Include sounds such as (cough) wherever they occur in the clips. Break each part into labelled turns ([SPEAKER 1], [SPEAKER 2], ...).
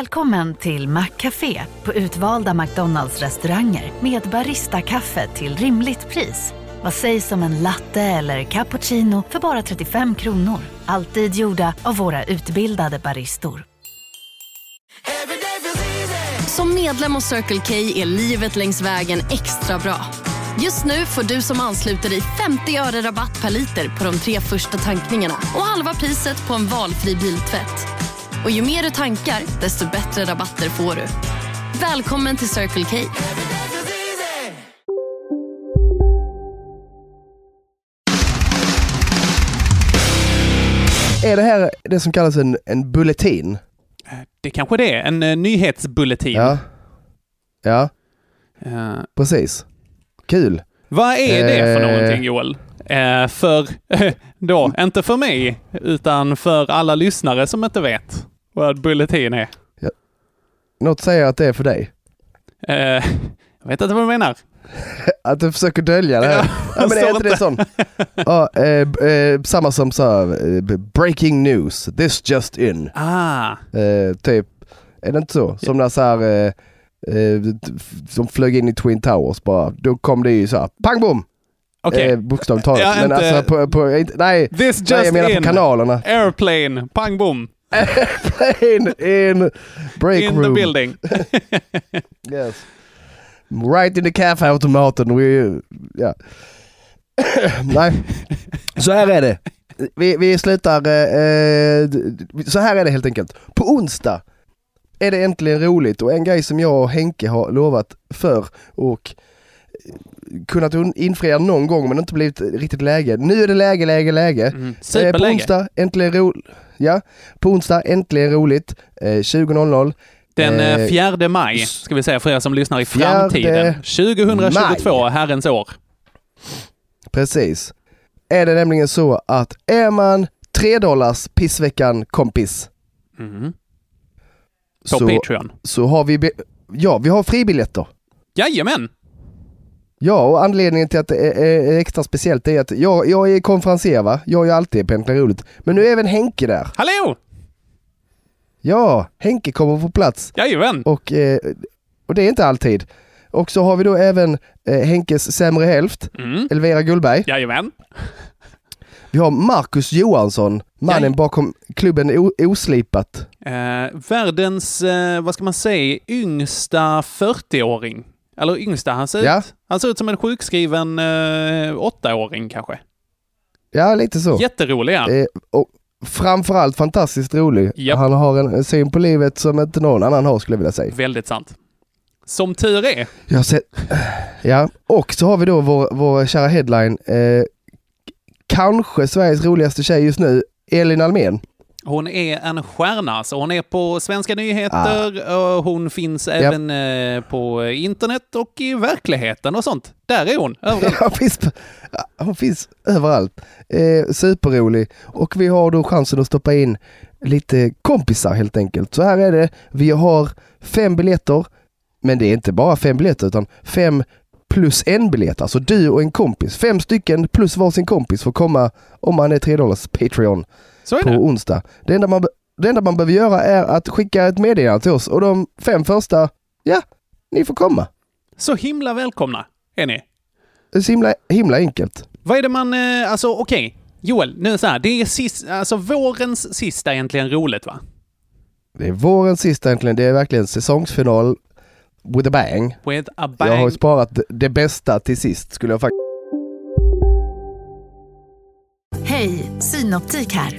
[SPEAKER 1] Välkommen till Maccafé på utvalda McDonalds restauranger med Baristakaffe till rimligt pris. Vad sägs om en latte eller cappuccino för bara 35 kronor? Alltid gjorda av våra utbildade baristor.
[SPEAKER 2] Som medlem hos Circle K är livet längs vägen extra bra. Just nu får du som ansluter dig 50 öre rabatt per liter på de tre första tankningarna och halva priset på en valfri biltvätt. Och ju mer du tankar, desto bättre rabatter får du. Välkommen till Circle K.
[SPEAKER 3] Är det här det som kallas en, en bulletin?
[SPEAKER 4] Det kanske det är. En eh, nyhetsbulletin.
[SPEAKER 3] Ja. Ja,
[SPEAKER 4] Eh,
[SPEAKER 3] precis. Kul.
[SPEAKER 4] vad är det för
[SPEAKER 3] Eh.
[SPEAKER 4] någonting Joel? Eh, för,
[SPEAKER 3] (laughs)
[SPEAKER 4] då, inte för mig, utan för alla lyssnare som inte vet vad bulletin är.
[SPEAKER 3] Något säger att det är för dig.
[SPEAKER 4] Eh, jag vet inte vad du menar.
[SPEAKER 3] Att du försöker dölja det här. Ja, men är
[SPEAKER 4] står
[SPEAKER 3] inte det sån? Ja, eh, b- eh, samma som så här, eh, b- breaking news, this just in.
[SPEAKER 4] Ah,
[SPEAKER 3] Eh, typ, är det inte så? Som när så här, eh, eh, som flög in i Twin Towers bara. Då kom det ju så här, pang bom!
[SPEAKER 4] okej.
[SPEAKER 3] Eh, bokstavligt talat.
[SPEAKER 4] Ja,
[SPEAKER 3] Men
[SPEAKER 4] inte-
[SPEAKER 3] alltså, på, på, inte, nej,
[SPEAKER 4] This just
[SPEAKER 3] nej, jag menar
[SPEAKER 4] in.
[SPEAKER 3] på kanalerna.
[SPEAKER 4] Airplane, pang bom,
[SPEAKER 3] (laughs) in, in, break
[SPEAKER 4] in the
[SPEAKER 3] room. (laughs)
[SPEAKER 4] building.
[SPEAKER 3] Yes. Right in the kaffeautomaten. We, ja. (coughs) Nej, så här är det. Vi, vi slutar... eh, Eh, d- d- så här är det helt enkelt. På onsdag är det äntligen roligt och en grej som jag och Henke har lovat för och eh, kunnat un- infria någon gång men inte blivit riktigt läge. Nu är det läge, läge, läge.
[SPEAKER 4] Mm.
[SPEAKER 3] Eh, på
[SPEAKER 4] Superläge.
[SPEAKER 3] onsdag, äntligen roligt. Ja, på onsdag, äntligen roligt. Eh, 20.00.
[SPEAKER 4] Den eh,
[SPEAKER 3] eh,
[SPEAKER 4] 4 maj, ska vi säga för er som lyssnar i framtiden.
[SPEAKER 3] Fjärde
[SPEAKER 4] 2022, herrens år.
[SPEAKER 3] Precis. Är det nämligen så att är man 3 dollars pissveckan kompis
[SPEAKER 4] Mm. På
[SPEAKER 3] så,
[SPEAKER 4] Patreon.
[SPEAKER 3] så har vi, be- ja vi har fribiljetter.
[SPEAKER 4] Jajamän!
[SPEAKER 3] Ja, och anledningen till att det är, är, är extra speciellt är att jag, jag är konferenser va? Jag är ju alltid på Äntligen Roligt. Men nu är även Henke där.
[SPEAKER 4] Hallå!
[SPEAKER 3] Ja, Henke kommer på plats
[SPEAKER 4] Jajamän!
[SPEAKER 3] och, eh, och det är inte alltid. Och så har vi då även eh, Henkes sämre hälft,
[SPEAKER 4] Mm.
[SPEAKER 3] Elvira Gullberg.
[SPEAKER 4] Jajamän!
[SPEAKER 3] Vi har Marcus Johansson, mannen
[SPEAKER 4] Ja.
[SPEAKER 3] bakom klubben o- Oslipat.
[SPEAKER 4] Eh, världens, eh, vad ska man säga, yngsta 40-åring. Eller yngsta, han ser,
[SPEAKER 3] Ja.
[SPEAKER 4] ut, han ser ut som en sjukskriven eh, åttaåring kanske.
[SPEAKER 3] Ja, lite så.
[SPEAKER 4] Jätterolig är han.
[SPEAKER 3] Eh, och framförallt fantastiskt rolig.
[SPEAKER 4] Japp.
[SPEAKER 3] Han har en en syn på livet som inte någon annan har skulle jag vilja säga.
[SPEAKER 4] Väldigt sant. Som tur är.
[SPEAKER 3] Jag har sett... Ja, och så har vi då vår, vår kära headline. Eh, kanske Sveriges roligaste tjej just nu, Elin Almen.
[SPEAKER 4] Hon är en stjärna, så hon är på svenska nyheter
[SPEAKER 3] Ah.
[SPEAKER 4] och hon finns även eh, på internet och i verkligheten och sånt. Där är hon,
[SPEAKER 3] (laughs)
[SPEAKER 4] överallt.
[SPEAKER 3] Hon finns, på- hon finns överallt. Eh, superrolig. Och vi har då chansen att stoppa in lite kompisar helt enkelt. Så här är det. Vi har fem biljetter. Men det är inte bara fem biljetter utan fem plus en biljett. Alltså du och en kompis. Fem stycken plus varsin kompis får komma om man är 3 dollars Patreon
[SPEAKER 4] Så är
[SPEAKER 3] på
[SPEAKER 4] det.
[SPEAKER 3] onsdag. Det enda, man, be- det enda man behöver göra är att skicka ett meddelande till oss och de fem första, ja, ni får komma.
[SPEAKER 4] Så himla välkomna är ni.
[SPEAKER 3] Det är så himla, himla enkelt.
[SPEAKER 4] Vad är det man, eh, alltså okej, Joel, nu så här, det är sist, alltså vårens sista egentligen roligt va?
[SPEAKER 3] Det är vårens sista äntligen. Det är verkligen säsongsfinal with a bang.
[SPEAKER 4] With a bang.
[SPEAKER 3] Jag har ju sparat det- det bästa till sist skulle jag faktiskt...
[SPEAKER 1] Hej, Synoptik här.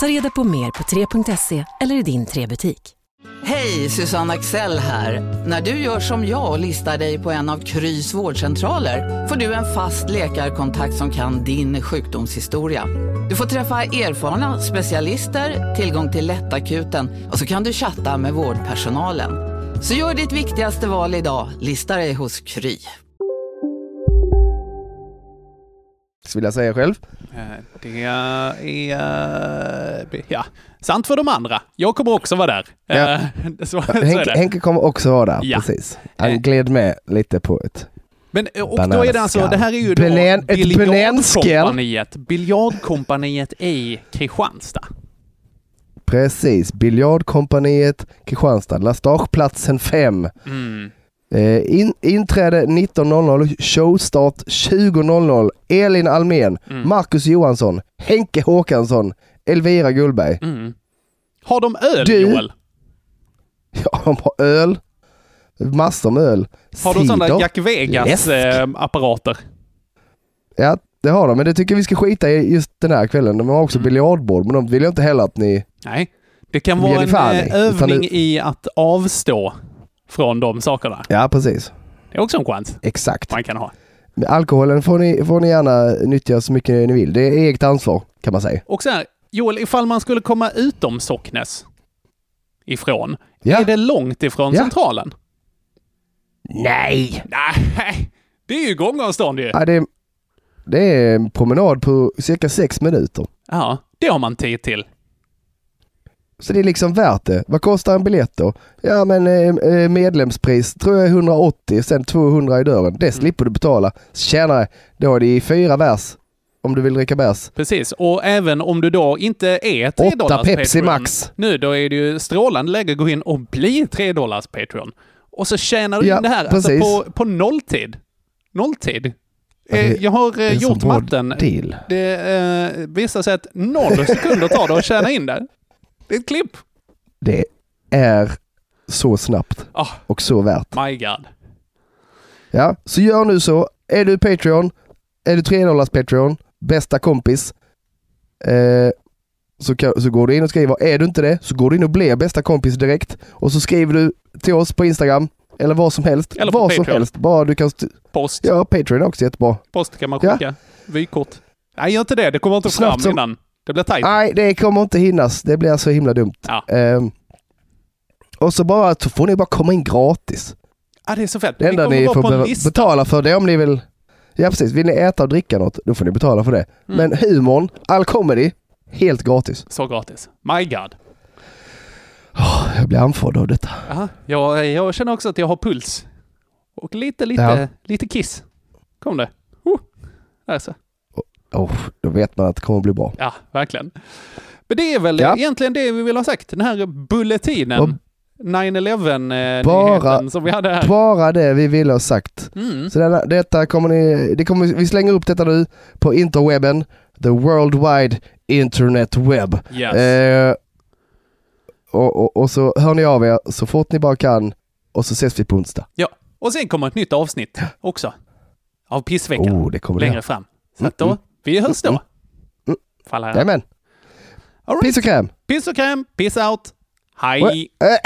[SPEAKER 2] Ta reda på mer på 3.se eller i din 3-butik.
[SPEAKER 5] Hej, Susanne Axel här. När du gör som jag och listar dig på en av Krys vårdcentraler får du en fast läkarkontakt som kan din sjukdomshistoria. Du får träffa erfarna specialister, tillgång till lättakuten och så kan du chatta med vårdpersonalen. Så gör ditt viktigaste val idag, lista dig hos Kry.
[SPEAKER 3] vill jag säga själv.
[SPEAKER 4] Eh, Det är... eh, Ja, sant för de andra. Jag kommer också vara där.
[SPEAKER 3] Ja.
[SPEAKER 4] Eh, (laughs) Så, (laughs) så är
[SPEAKER 3] Henke,
[SPEAKER 4] det.
[SPEAKER 3] Henke kommer också vara där,
[SPEAKER 4] Ja.
[SPEAKER 3] precis. Han
[SPEAKER 4] Eh.
[SPEAKER 3] gled med lite på ett...
[SPEAKER 4] Men, eh, och då är det alltså,
[SPEAKER 3] Bananskall.
[SPEAKER 4] det här är ju då
[SPEAKER 3] Belen- ett
[SPEAKER 4] biljardkompaniet, biljardkompaniet i Kristianstad.
[SPEAKER 3] Precis, Biljardkompaniet Kristianstad, Lastageplatsen 5.
[SPEAKER 4] Mm.
[SPEAKER 3] Eh, in, inträde 19.00, showstart 20.00. Elin Almen,
[SPEAKER 4] Mm.
[SPEAKER 3] Marcus Johansson, Henke Håkansson, Elvira Gullberg.
[SPEAKER 4] Mm. Har de öl,
[SPEAKER 3] Du-
[SPEAKER 4] Joel?
[SPEAKER 3] Ja, de har öl, massor med öl.
[SPEAKER 4] Har de sådana
[SPEAKER 3] Cider.
[SPEAKER 4] Jack eh,
[SPEAKER 3] Läsk.
[SPEAKER 4] Vegas-apparater?
[SPEAKER 3] Ja, det har de, men det tycker vi ska skita i just den här kvällen. De har
[SPEAKER 4] Mm.
[SPEAKER 3] också biljardbord, men de vill jag inte heller att ni...
[SPEAKER 4] Nej, det kan
[SPEAKER 3] De
[SPEAKER 4] vara
[SPEAKER 3] ger
[SPEAKER 4] en
[SPEAKER 3] dig fan i,
[SPEAKER 4] eh,
[SPEAKER 3] utan du-
[SPEAKER 4] övning i att avstå från de sakerna.
[SPEAKER 3] Ja, precis.
[SPEAKER 4] Det är också en chans
[SPEAKER 3] Exakt.
[SPEAKER 4] man kan ha.
[SPEAKER 3] Men Alkoholen får ni, får ni gärna nyttja så mycket ni vill. Det är eget ansvar, kan man säga.
[SPEAKER 4] Och så här, Joel, ifall man skulle komma utom Socknes ifrån,
[SPEAKER 3] Ja.
[SPEAKER 4] är det långt ifrån
[SPEAKER 3] Ja.
[SPEAKER 4] centralen?
[SPEAKER 3] Nej!
[SPEAKER 4] Nej, det är ju gångavstånd ju.
[SPEAKER 3] Ja, det, är, det är en promenad på cirka sex minuter.
[SPEAKER 4] Ja, det har man tid till.
[SPEAKER 3] Så det är liksom värt det. Vad kostar en biljett då? Ja men eh, eh, medlemspris tror jag är 180, sen 200 i dörren. Det slipper du betala. Tjänare, då är det i fyra bärs om du vill dricka bärs.
[SPEAKER 4] Precis, och även om du då inte är 3
[SPEAKER 3] Åtta Pepsi Max.
[SPEAKER 4] nu, då är det ju strålande läge att gå in och bli 3 dollars Patreon. Och så tjänar du
[SPEAKER 3] Ja,
[SPEAKER 4] in det här alltså
[SPEAKER 3] precis.
[SPEAKER 4] på, på nolltid. Nolltid.
[SPEAKER 3] det-
[SPEAKER 4] Eh, jag har
[SPEAKER 3] det
[SPEAKER 4] eh,
[SPEAKER 3] är en
[SPEAKER 4] gjort
[SPEAKER 3] sån vård
[SPEAKER 4] matten.
[SPEAKER 3] deal.
[SPEAKER 4] Det eh, visar sig att noll sekunder tar det att tjäna in det. Det är ett klipp.
[SPEAKER 3] Det är så snabbt
[SPEAKER 4] Ah,
[SPEAKER 3] och så värt.
[SPEAKER 4] my god.
[SPEAKER 3] Ja, så gör nu så. Är du Patreon, är du 3 dollars Patreon, bästa kompis, eh, så, kan, så går du in och skriver. Är du inte det så går du in och blir bästa kompis direkt. Och så skriver du till oss på Instagram, eller vad som helst.
[SPEAKER 4] Eller på
[SPEAKER 3] vad som
[SPEAKER 4] Patreon.
[SPEAKER 3] helst. Bara du kan... st-
[SPEAKER 4] Post.
[SPEAKER 3] Ja, Patreon är också jättebra.
[SPEAKER 4] Post kan man
[SPEAKER 3] Ja.
[SPEAKER 4] skicka. Vykort. Nej, gör inte det. Det kommer inte
[SPEAKER 3] Snabbt Ah.
[SPEAKER 4] fram
[SPEAKER 3] som-
[SPEAKER 4] innan. Det blir tajt.
[SPEAKER 3] Nej, det kommer inte hinnas. Det blir så himla dumt.
[SPEAKER 4] Ja.
[SPEAKER 3] Ehm, och så bara, så får ni bara komma in gratis.
[SPEAKER 4] Ah, det är så fett.
[SPEAKER 3] Det
[SPEAKER 4] Vi
[SPEAKER 3] enda
[SPEAKER 4] kommer
[SPEAKER 3] ni
[SPEAKER 4] vara
[SPEAKER 3] får
[SPEAKER 4] på en
[SPEAKER 3] be-
[SPEAKER 4] lista.
[SPEAKER 3] betala för det om ni vill... Ja precis, vill ni äta och dricka något, då får ni betala för det.
[SPEAKER 4] Mm.
[SPEAKER 3] Men humorn, all comedy, helt gratis.
[SPEAKER 4] Så gratis. My god.
[SPEAKER 3] Jag blir andfådd av detta.
[SPEAKER 4] Ja, jag, jag känner också att jag har puls. Och lite, lite,
[SPEAKER 3] Ja.
[SPEAKER 4] lite kiss. Kom det. Oh. Där så.
[SPEAKER 3] Oh, då vet man att det kommer bli bra.
[SPEAKER 4] Ja, verkligen. Men det är väl
[SPEAKER 3] Ja.
[SPEAKER 4] egentligen det vi vill ha sagt. Den här bulletinen.
[SPEAKER 3] Och-
[SPEAKER 4] 9-11-nyheten
[SPEAKER 3] Bara-
[SPEAKER 4] som vi hade här.
[SPEAKER 3] Bara det vi ville ha sagt.
[SPEAKER 4] Mm.
[SPEAKER 3] Så denna, detta kommer ni, det kommer, vi slänger upp detta nu på interwebben, the world wide internet web.
[SPEAKER 4] Yes.
[SPEAKER 3] Eh, och, och, och så hör ni av er så fort ni bara kan och så ses vi på onsdag.
[SPEAKER 4] Ja. Och sen kommer ett nytt avsnitt också. Av pissveckan.
[SPEAKER 3] Oh, Mm, det kommer det.
[SPEAKER 4] längre fram. Så att då, vi hörs då.
[SPEAKER 3] mm.
[SPEAKER 4] Fall här.
[SPEAKER 3] Jajamän,
[SPEAKER 4] All right.
[SPEAKER 3] piss och kräm!
[SPEAKER 4] Piss och kräm, piss out. Hej!
[SPEAKER 3] Well,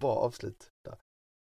[SPEAKER 3] Bra, avslut.